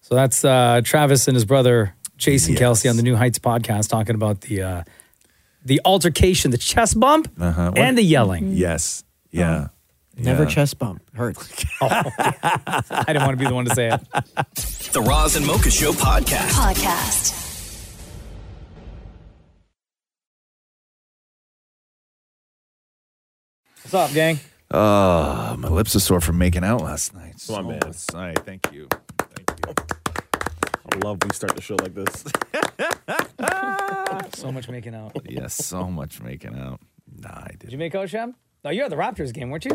D: So that's uh, Travis and his brother Jason Kelsey on the New Heights podcast talking about the uh, the altercation, the chest bump,
E: Uh-huh.
D: and the yelling.
E: Yes. Yeah.
D: Never
B: chest bump. Hurts.
D: I didn't want to be the one to say it.
A: The Roz and Mocha Show podcast.
H: Podcast.
D: What's up, gang?
E: Uh, my lips are sore from making out last night.
F: Come on, man.
E: Sorry. Thank you.
F: I love we start the show like this.
D: so much making out.
E: Yes, so much making out. Nah, I did.
D: Did you make out, Sham? No, you're at the Raptors game, weren't you?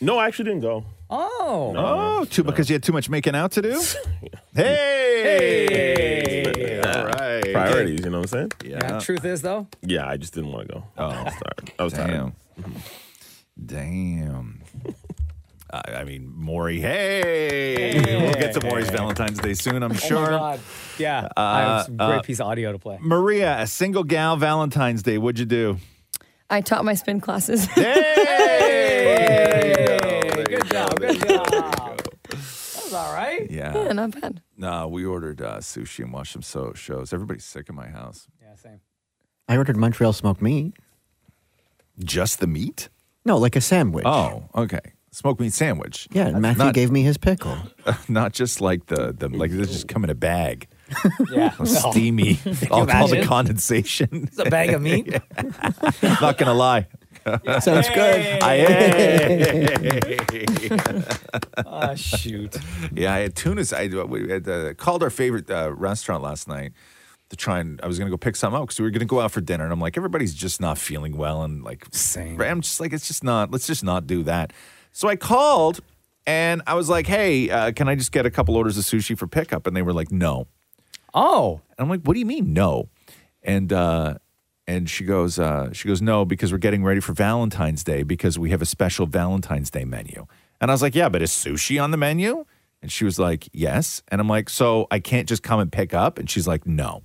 F: No, I actually didn't go.
D: Oh.
E: Oh, too because you had too much making out to do. hey.
F: Yeah.
E: All right.
F: Priorities, you know what I'm saying?
D: Yeah, Truth is though,
F: Yeah, I just didn't want to go. Oh, I was tired. I was tired.
E: Damn. I, I mean, Maury. Hey. We'll get to Maury's Valentine's Day soon,
D: Oh
E: I'm
D: my
E: sure.
D: God. Yeah. I have some great
E: uh,
D: piece of audio to play.
E: Maria, a single gal Valentine's Day. What'd you do?
I: I taught my spin classes.
D: Good job. Good job. That was all right.
E: Yeah.
I: Yeah, not bad.
E: Nah, we ordered uh, sushi and watched some so- shows. Everybody's sick in my house.
D: Yeah, same.
B: I ordered Montreal smoked meat.
E: Just the meat?
B: No, like a sandwich.
E: Oh, okay. Smoked meat sandwich.
B: Yeah, and Matthew
E: not,
B: gave me his pickle.
E: not just like the, the like they just come in a bag.
D: Yeah.
E: All steamy. all, all the
D: imagine?
E: condensation.
D: It's a bag of meat.
E: Not gonna lie.
D: Sounds good.
E: I,
D: Ah, shoot.
E: yeah, I had tunas. I we had, uh, called our favorite uh, restaurant last night to try and I was gonna go pick something up because we were gonna go out for dinner, and I'm like, everybody's just not feeling well, and like, same. I'm just like, it's just not. Let's just not do that. So I called and I was like, hey, uh, can I just get a couple orders of sushi for pickup? And they were like, no.
D: Oh.
E: And I'm like, what do you mean no? And uh and she goes, uh, she goes, no, because we're getting ready for Valentine's Day because we have a special Valentine's Day menu. And I was like, yeah, but is sushi on the menu? And she was like, yes. And I'm like, so I can't just come and pick up? And she's like, no.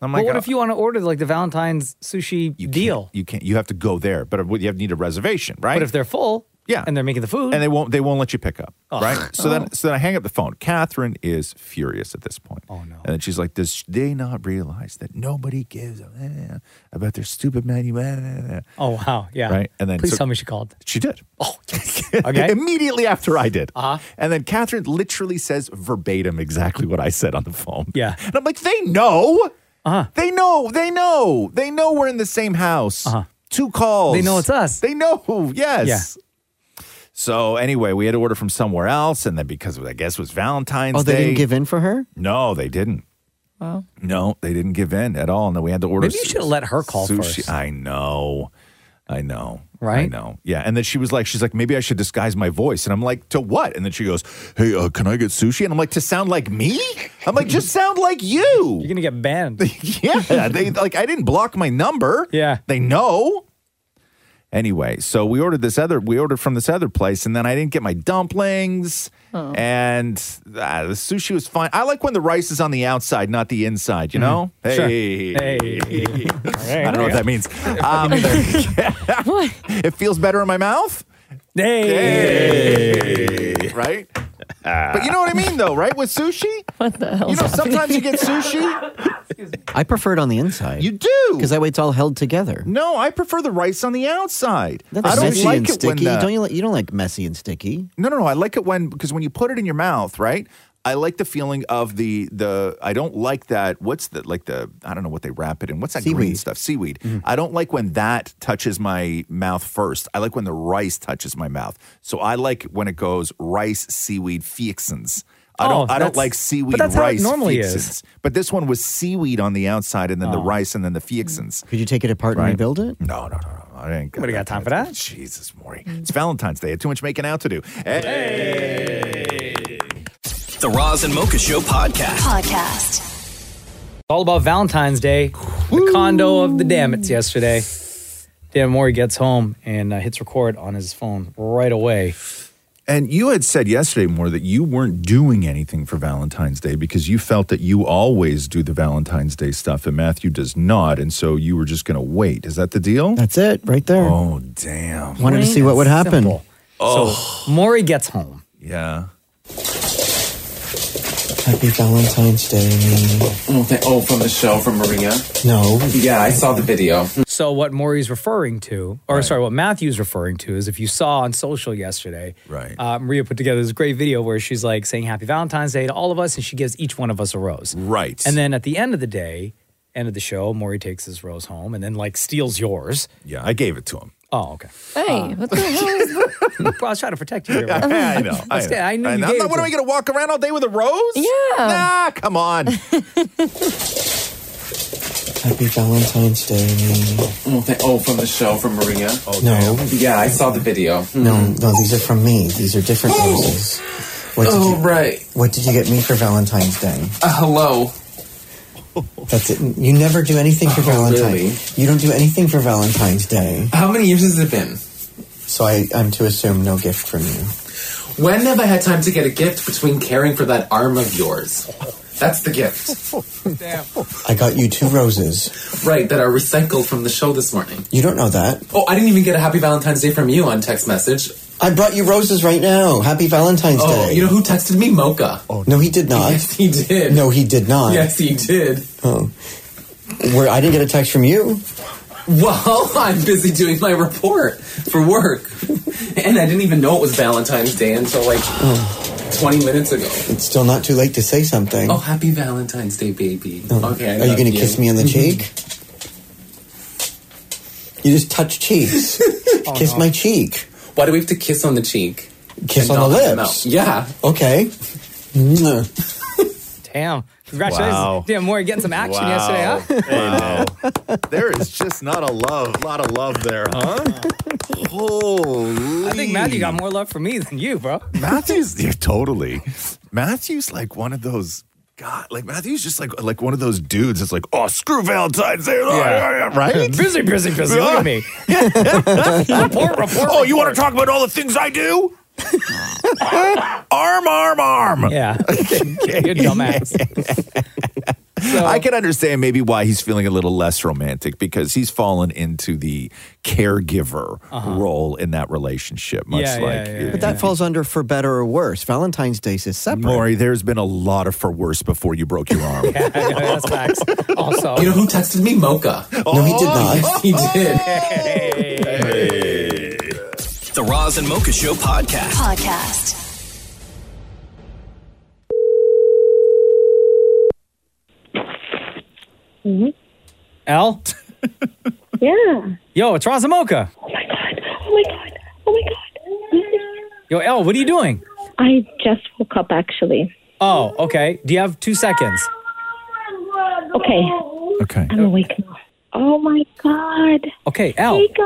E: I'm
D: But
E: like,
D: what
E: "Oh,
D: if you want to order like the Valentine's sushi deal?
E: you can't, you have to go there, but you have to need a reservation, right?
D: But if they're full,
E: yeah,
D: and they're making the food,
E: and they won't they won't let you pick up
D: Oh.
E: right so
D: Oh.
E: then so then i hang up the phone catherine is furious at this point oh no and then she's like does they not realize that nobody gives a eh, about their stupid menu eh?"
D: oh wow, yeah,
E: right and then
D: please
E: so-
D: tell me she called.
E: she did oh
D: Okay.
E: immediately after i did uh-huh. and then catherine literally says verbatim exactly what i said on the phone
D: Yeah.
E: and i'm like they know uh-huh. they know they know they know we're in the same house uh-huh. two calls
D: They know it's us.
E: They know. Yes. So anyway, we had to order from somewhere else, and then because I guess it was Valentine's
B: Oh, they
E: Day.
B: didn't give in for her?
E: No, they didn't.
I: Wow.
E: No, they didn't give in at all. No, we had to order.
D: Maybe you
E: su-
D: should have let her call
E: sushi.
D: first.
E: I know, I know, I
D: Right?
E: know. Yeah, and then she was like, she's like, maybe I should disguise my voice, and I'm like, to what? And then she goes, Hey, uh, can I get sushi? And I'm like, to sound like me? I'm like, just sound like you. You're
D: gonna get banned.
E: yeah, they like I didn't block my number. Yeah, they know. Anyway, so we ordered this other. We ordered from this other place, and then I didn't get my dumplings.
I: Oh.
E: And uh, the sushi was fine. I like when the rice is on the outside, not the inside. You know?
I: Mhm. Sure.
E: Mm-hmm. Hey,
I: Hey.
E: I don't know what that means. Um, It feels better in my mouth. Hey. Right? But you know what I mean, though, right? With sushi?
I: What the hell?
E: You know, sometimes you get sushi.
B: I prefer it on the inside. You
E: do?
B: Because that way it's all held together.
A: Mm.
E: No, I prefer the rice on the outside.
B: That's
E: I don't
B: messy
E: like
B: and
E: it
B: sticky.
E: when the-
B: don't you, li- you don't like messy and sticky.
E: No, no, no. I like it when because when you put it in your mouth, right? I like the feeling of the the. I don't like that. What's the like the? I don't know what they wrap it in. What's that green
B: Seaweed.
E: stuff? Seaweed.
D: Mm-hmm.
E: I don't like when that touches my mouth first. I like when the rice touches my mouth. So I like when it goes rice, seaweed, fixins. I
D: Oh,
E: don't. I don't
D: that's-
E: like
D: but
E: seaweed
D: that's how it
E: rice.
D: normally is. Oh.
E: fixins. But this one was seaweed on the outside, and then the rice, and then the fixins.
B: Could you take it apart and rebuild it?
E: No, no, no, no. I didn't.
B: Nobody
E: got time for that. Jesus, Maury. It's Valentine's Day. I had too much making out to do.
A: The Roz and Mocha Show podcast.
H: Podcast.
D: All about Valentine's Day. The condo of the Dammits yesterday. Dan Mori gets home and uh, hits record on his phone right away.
E: And you had said yesterday more that you weren't doing anything for Valentine's Day because you felt that you always do the Valentine's Day stuff and Matthew does not. And so you were just going to wait. Is that the deal?
B: That's it, right there.
E: Oh, damn.
B: Wanted to see what would happen.
E: Oh,
U: So Maury gets home.
E: yeah.
B: Happy Valentine's Day.
A: Oh, th- oh, from the show from Maria.
B: No.
A: Yeah, I saw the video.
D: So what Maury's referring to, or sorry, what Matthew's referring to is if you saw on social yesterday,
E: right?
D: Uh, Maria put together this great video where she's like saying Happy Valentine's Day to all of us, and she gives each one of us a rose,
E: right?
D: And then at the end of the day, end of the show, Maury takes his rose home and then like steals yours.
E: Yeah, I gave it to him.
D: Oh, okay.
V: Hey, what the hell is
D: well, I was trying to protect you. Here,
E: Yeah, I know. I
D: That's good.
E: know.
D: I knew
E: I
D: you
E: know.
D: gave
E: What
D: it
E: am I
D: to
E: going to walk around all day with a rose?
V: Yeah.
E: Nah, come on.
B: Happy Valentine's Day.
A: Oh, th- oh, from the show from Maria. Oh,
B: No.
A: Yeah, I saw the video.
B: No, no, these are from me. These are different roses. What did
A: Oh,
B: you,
A: right.
B: What did you get me for Valentine's Day?
A: Uh, hello.
B: That's it. You never do anything for
A: Oh,
B: Valentine's.
A: really?
B: You don't do anything for Valentine's Day.
A: How many years has it been?
B: So I, I'm to assume no gift from you.
A: When have I had time to get a gift between caring for that arm of yours? That's the gift.
B: I got you two roses.
A: Right, that are recycled from the show this morning.
B: You don't know that.
A: Oh, I didn't even get a happy Valentine's Day from you on text message.
B: I brought you roses right now. Happy Valentine's
A: Oh,
B: Day.
A: you know who texted me? Mocha.
B: no, he did not.
A: Yes, he did.
B: No, he did not.
A: Yes, he did.
B: Oh. Where I didn't get a text from you.
A: Well, I'm busy doing my report for work. And I didn't even know it was Valentine's Day until like 20 minutes ago.
B: It's still not too late to say something.
A: Oh, happy Valentine's Day, baby.
B: Oh.
A: Okay. I Mm-hmm.
B: Are you
A: love
B: going to kiss me on the cheek? you just touch cheeks.
A: Oh,
B: kiss my cheek.
A: Why do we have to kiss on the cheek?
B: Kiss
A: And
B: on the
A: not on the
B: lips.
A: mouth. Yeah.
B: Okay. Mwah.
D: Damn. Congratulations.
E: Wow.
D: Damn, Maury getting some action yesterday, huh?
E: Wow. there is just not a love, lot of love there, huh? Holy.
D: I think Matthew got more love for me than you, bro.
E: Matthew's yeah, totally. Matthew's like one of those God, like Matthew's just like like one of those dudes that's like, oh screw Valentine's Day, right?
D: Busy, busy, busy. Look at me. report, report.
E: Oh, you want to talk about all the things I do? arm, arm, arm.
D: Yeah. You're dumbass.
B: Oh.
E: I can understand maybe why he's feeling a little less romantic because he's fallen into the caregiver role in that relationship, much
B: Uh-huh. Yeah, yeah,
E: like
B: yeah, But that falls under for better or worse. Valentine's Day is separate.
E: Maury, there's been a lot of for worse before you broke your arm.
D: Yeah, yeah, that's facts. Also,
A: You know who texted me? Mocha.
B: No, he did not.
A: Yes, he did.
W: The Roz and Mocha Show podcast.
I: Podcast.
D: L?
Q: Yeah.
D: Yo, it's Razamoka.
Q: Oh my god. Oh my
D: Yo, L, what are you doing?
Q: god. I just woke up actually.
D: Oh, okay. Do you have two seconds?
Q: Okay.
E: Okay.
Q: I'm awake now. Oh my god.
D: Okay, L.
Q: Hey guys,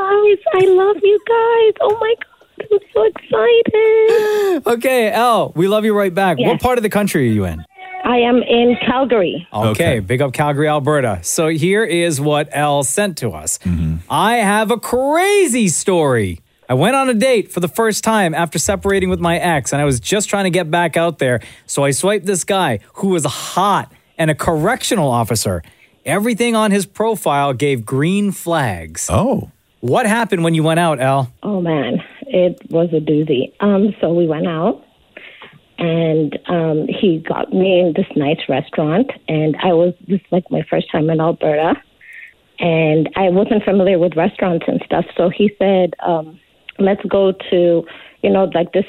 Q: I love you guys. Oh my god, I'm so excited.
D: Okay, L, we love you right back. What
Q: Yes.
D: part of the country are you in?
Q: I am in Calgary.
D: Okay, big up Calgary, Alberta. So here is what L sent to us.
E: Mm-hmm.
D: I have a crazy story. I went on a date for the first time after separating with my ex, and I was just trying to get back out there. So I swiped this guy who was hot and a correctional officer. Everything on his profile gave green flags.
E: Oh.
D: What happened when you went out, L?
Q: Oh man, it was a doozy. Um, so we went out, and um, he got me in this nice restaurant, and I was this is like my first time in Alberta, and I wasn't familiar with restaurants and stuff. So he said, um, "Let's go to, you know, like this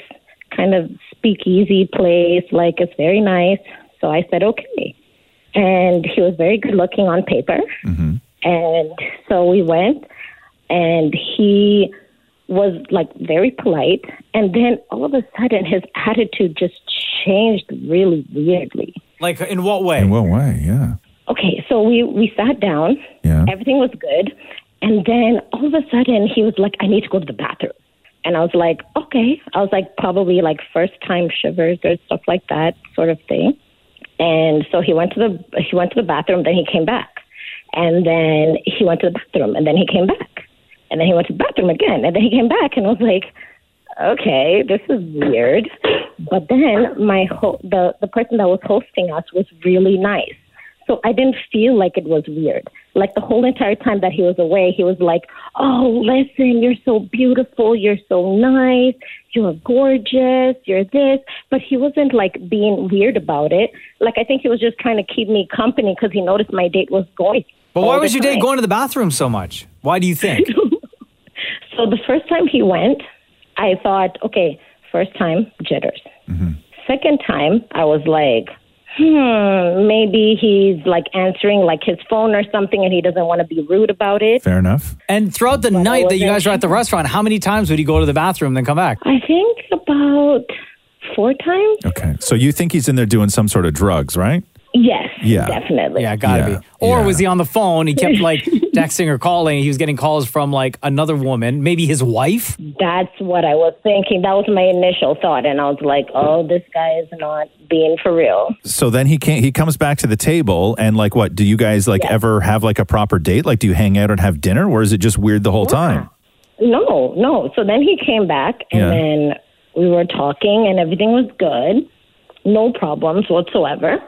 Q: kind of speakeasy place. Like it's very nice." So I said, "Okay," and he was very good looking on paper, and so we went, and he was like very polite and then all of a sudden his attitude just changed really weirdly
D: Like, in what way?
E: In what way? Yeah.
Q: okay so we we sat down
E: Yeah.
Q: everything was good and then all of a sudden he was like i need to go to the bathroom and i was like okay i was like probably like first time shivers or stuff like that sort of thing and so he went to the he went to the bathroom then he came back and then he went to the bathroom and then he came back and then he went to the bathroom again and then he came back and was like
B: okay, this is weird. But then my ho- the the person that was hosting us was really nice. So I didn't feel like it was weird. Like the whole entire time that he was away, he was like, "Oh, listen, you're so beautiful, you're so nice, you're gorgeous, you're this." But he wasn't like being weird about it. Like I think he was just trying to keep me company because he noticed my date was going.
D: But why
B: all
D: was
B: the
D: your date
B: time.
D: going to the bathroom so much? Why do you think?
B: So the first time he went, I thought, okay, first time jitters. Second time, I was like, hmm, maybe he's like answering like his phone or something, and he doesn't want to be rude about it.
E: Fair enough.
D: And throughout the night that you guys were at the restaurant, how many times would you go to the bathroom and then come back?
B: I think about four times.
E: Okay. So you think he's in there doing some sort of drugs, right?
B: Yes,
E: Yeah.
B: definitely.
D: Yeah, gotta be. Or was he on the phone? He kept like texting or calling. He was getting calls from like another woman, maybe his wife.
B: That's what I was thinking. That was my initial thought, and I was like, oh, this guy is not being for real.
E: So then he can't. He comes back to the table and like, what do you guys like ever have like a proper date? Like, do you hang out and have dinner, or is it just weird the whole time?
B: No, no. So then he came back, and
E: Yeah.
B: then we were talking, and everything was good, no problems whatsoever.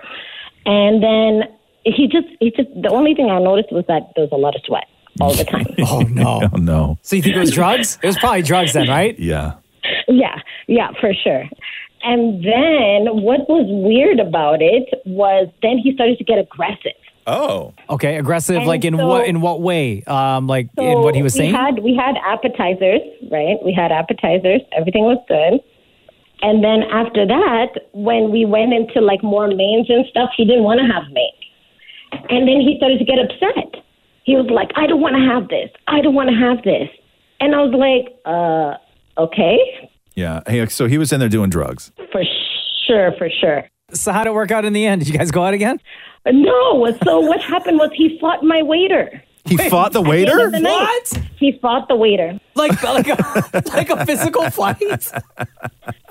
B: And then he just, he just. The only thing I noticed was that there was a lot of sweat all the time.
D: Oh no!
E: oh no!
D: So you think it was drugs? It was probably drugs then, right?
E: Yeah.
B: yeah, yeah, for sure. And then what was weird about it was then he started to get aggressive.
E: Oh.
D: Okay, aggressive.
B: And
D: like in
B: so-
D: what in what way? Um, like in what he was
B: we
D: saying.
B: Had, we had appetizers, right? We had appetizers. Everything was good. And then after that, when we went into like more mains and stuff, he didn't want to have mains. And then he started to get upset. He was like, I don't want to have this. I don't want to have this. And I was like, uh, okay,
E: Yeah. Hey, so he was in there doing drugs.
B: for sure, for sure.
D: So how'd it work out in the end? Did you guys go out again?
B: No. So what happened was he fought my waiter.
E: He fought the
B: At end
E: waiter?
B: of the night. He fought the waiter.
D: Like like a, like a physical fight.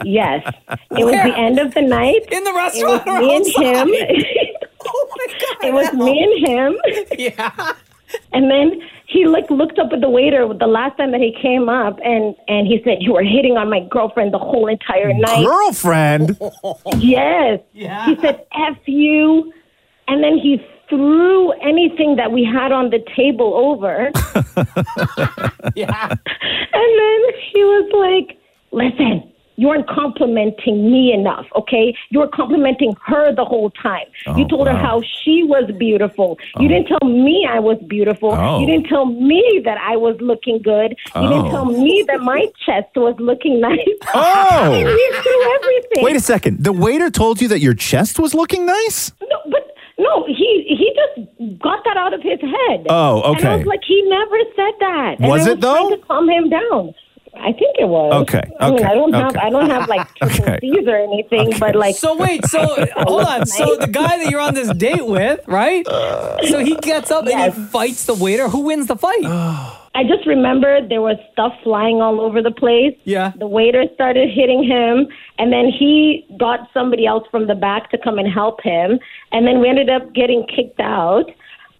B: Yes. It was the end of the night.
D: In the
B: restaurant. It
D: or
B: was me and
D: outside? Oh
B: him. It was me and him.
D: Yeah.
B: And then he like looked up at the waiter the last time that he came up and and he said, You were hitting on my girlfriend the whole entire night.
E: Girlfriend.
B: Yes.
D: Yeah.
B: He said, F you. And then he threw anything that we had on the table over.
D: yeah.
B: And then he was like, listen, you aren't complimenting me enough, okay? You were complimenting her the whole time.
E: Oh,
B: you told her how she was beautiful. You didn't tell me I was beautiful.
X: Oh.
B: You didn't tell me that I was looking good. You
E: Oh.
B: didn't tell me that my chest was looking nice.
E: Oh.
B: And he threw everything.
E: Wait a second. The waiter told you that your chest was looking nice.
B: No, but no, he he just got that out of his head.
E: Oh,
B: And I
E: okay.
B: was like, he never said that. And
E: Was
B: I
E: it,
B: trying to calm him down. I think it was.
E: Okay,
B: I mean,
E: okay,
B: I don't have
E: okay.
B: I don't have like triple
E: Okay.
B: C's or anything, but like.
D: So wait, so hold on. So the guy that you're on this date with, right? So he gets up and he fights the waiter. Who wins the fight?
B: I just remember there was stuff flying all over the place.
D: Yeah.
B: The waiter started hitting him, and then he got somebody else from the back to come and help him. And then we ended up getting kicked out.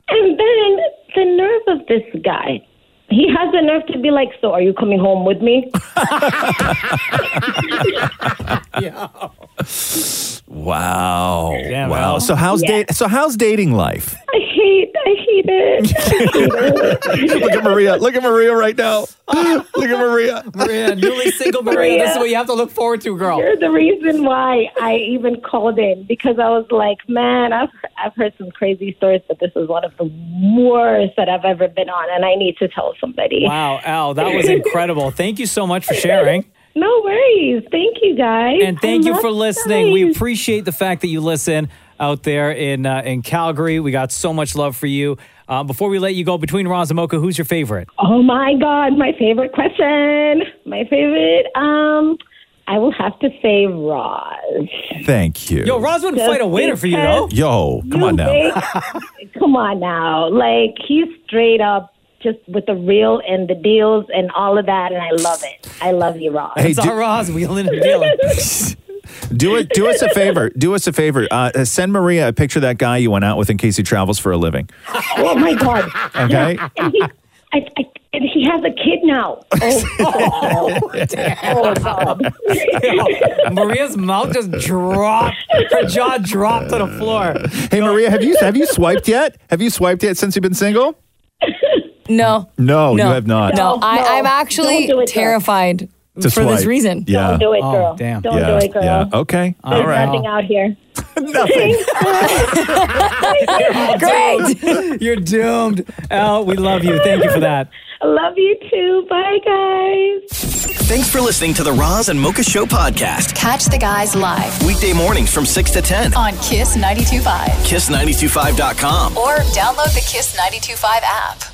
B: And then the nerve of this guy. He has the nerve to be like, So are you coming home with me?
E: Wow.
D: Damn,
E: wow.
D: Al.
E: So how's
D: Yeah.
E: date? So how's dating life?
B: I hate, I hate it.
E: Look at Maria. Look at Maria right now. Look at Maria.
D: Maria, newly single Maria.
B: Maria.
D: This is what you have to look forward to, girl.
B: You're the reason why I even called in because I was like, man, I've I've heard some crazy stories, but this is one of the worst that I've ever been on, and I need to tell somebody.
D: Wow, Al, that was incredible. Thank you so much for sharing.
B: No worries. Thank you guys.
D: And thank
B: I
D: you
B: love
D: for
B: you
D: listening. We
B: guys.
D: appreciate the fact that you listen out there in uh, in Calgary. We got so much love for you. Uh, before we let you go, between Roz and Mocha, who's your favorite?
B: Oh my god, my favorite question. My favorite. Um, I will have to say Roz.
E: Thank you.
D: Yo, Roz wouldn't
B: Oh, Just
D: fight a waiter for you, though.
E: Yo, come on now.
B: Like, come on now. Like he's straight up just with the real and the deals and all of that, and I love it. I love you, Ross.
E: Hey, It's do- all
D: Roz wheeling and dealing.
E: Do it. Do us a favor. Do us a favor. Uh, send Maria a picture of that guy you went out with in case he travels for a living.
B: oh my god.
E: Okay.
B: And he, I, I, and he has a kid now. Oh,
D: oh, God. Maria's mouth just dropped. Her jaw dropped to the floor.
E: Hey Maria, have you have you swiped yet? Have you swiped yet since you've been single?
H: No.
E: No, you have not.
H: No, I,
B: Oh, no.
H: I'm
B: Don't
H: actually
B: do it, girl.
H: terrified
E: To
H: for this
E: swipe.
H: reason.
E: Yeah. Don't do it,
B: girl. Oh,
E: damn.
B: Don't
E: yeah.
B: do it, girl.
E: Yeah. Okay.
B: There's
E: All right.
B: nothing out here.
D: Great. You're doomed. Al, we love you. Thank you for that.
B: I love you too. Bye, guys.
A: Thanks for listening to the Roz and Mocha Show podcast.
I: Catch the guys live
A: Weekday mornings from 6 to 10.
I: on Kiss 92.5
A: Kiss925.com.
I: or download the Kiss 92.5 app.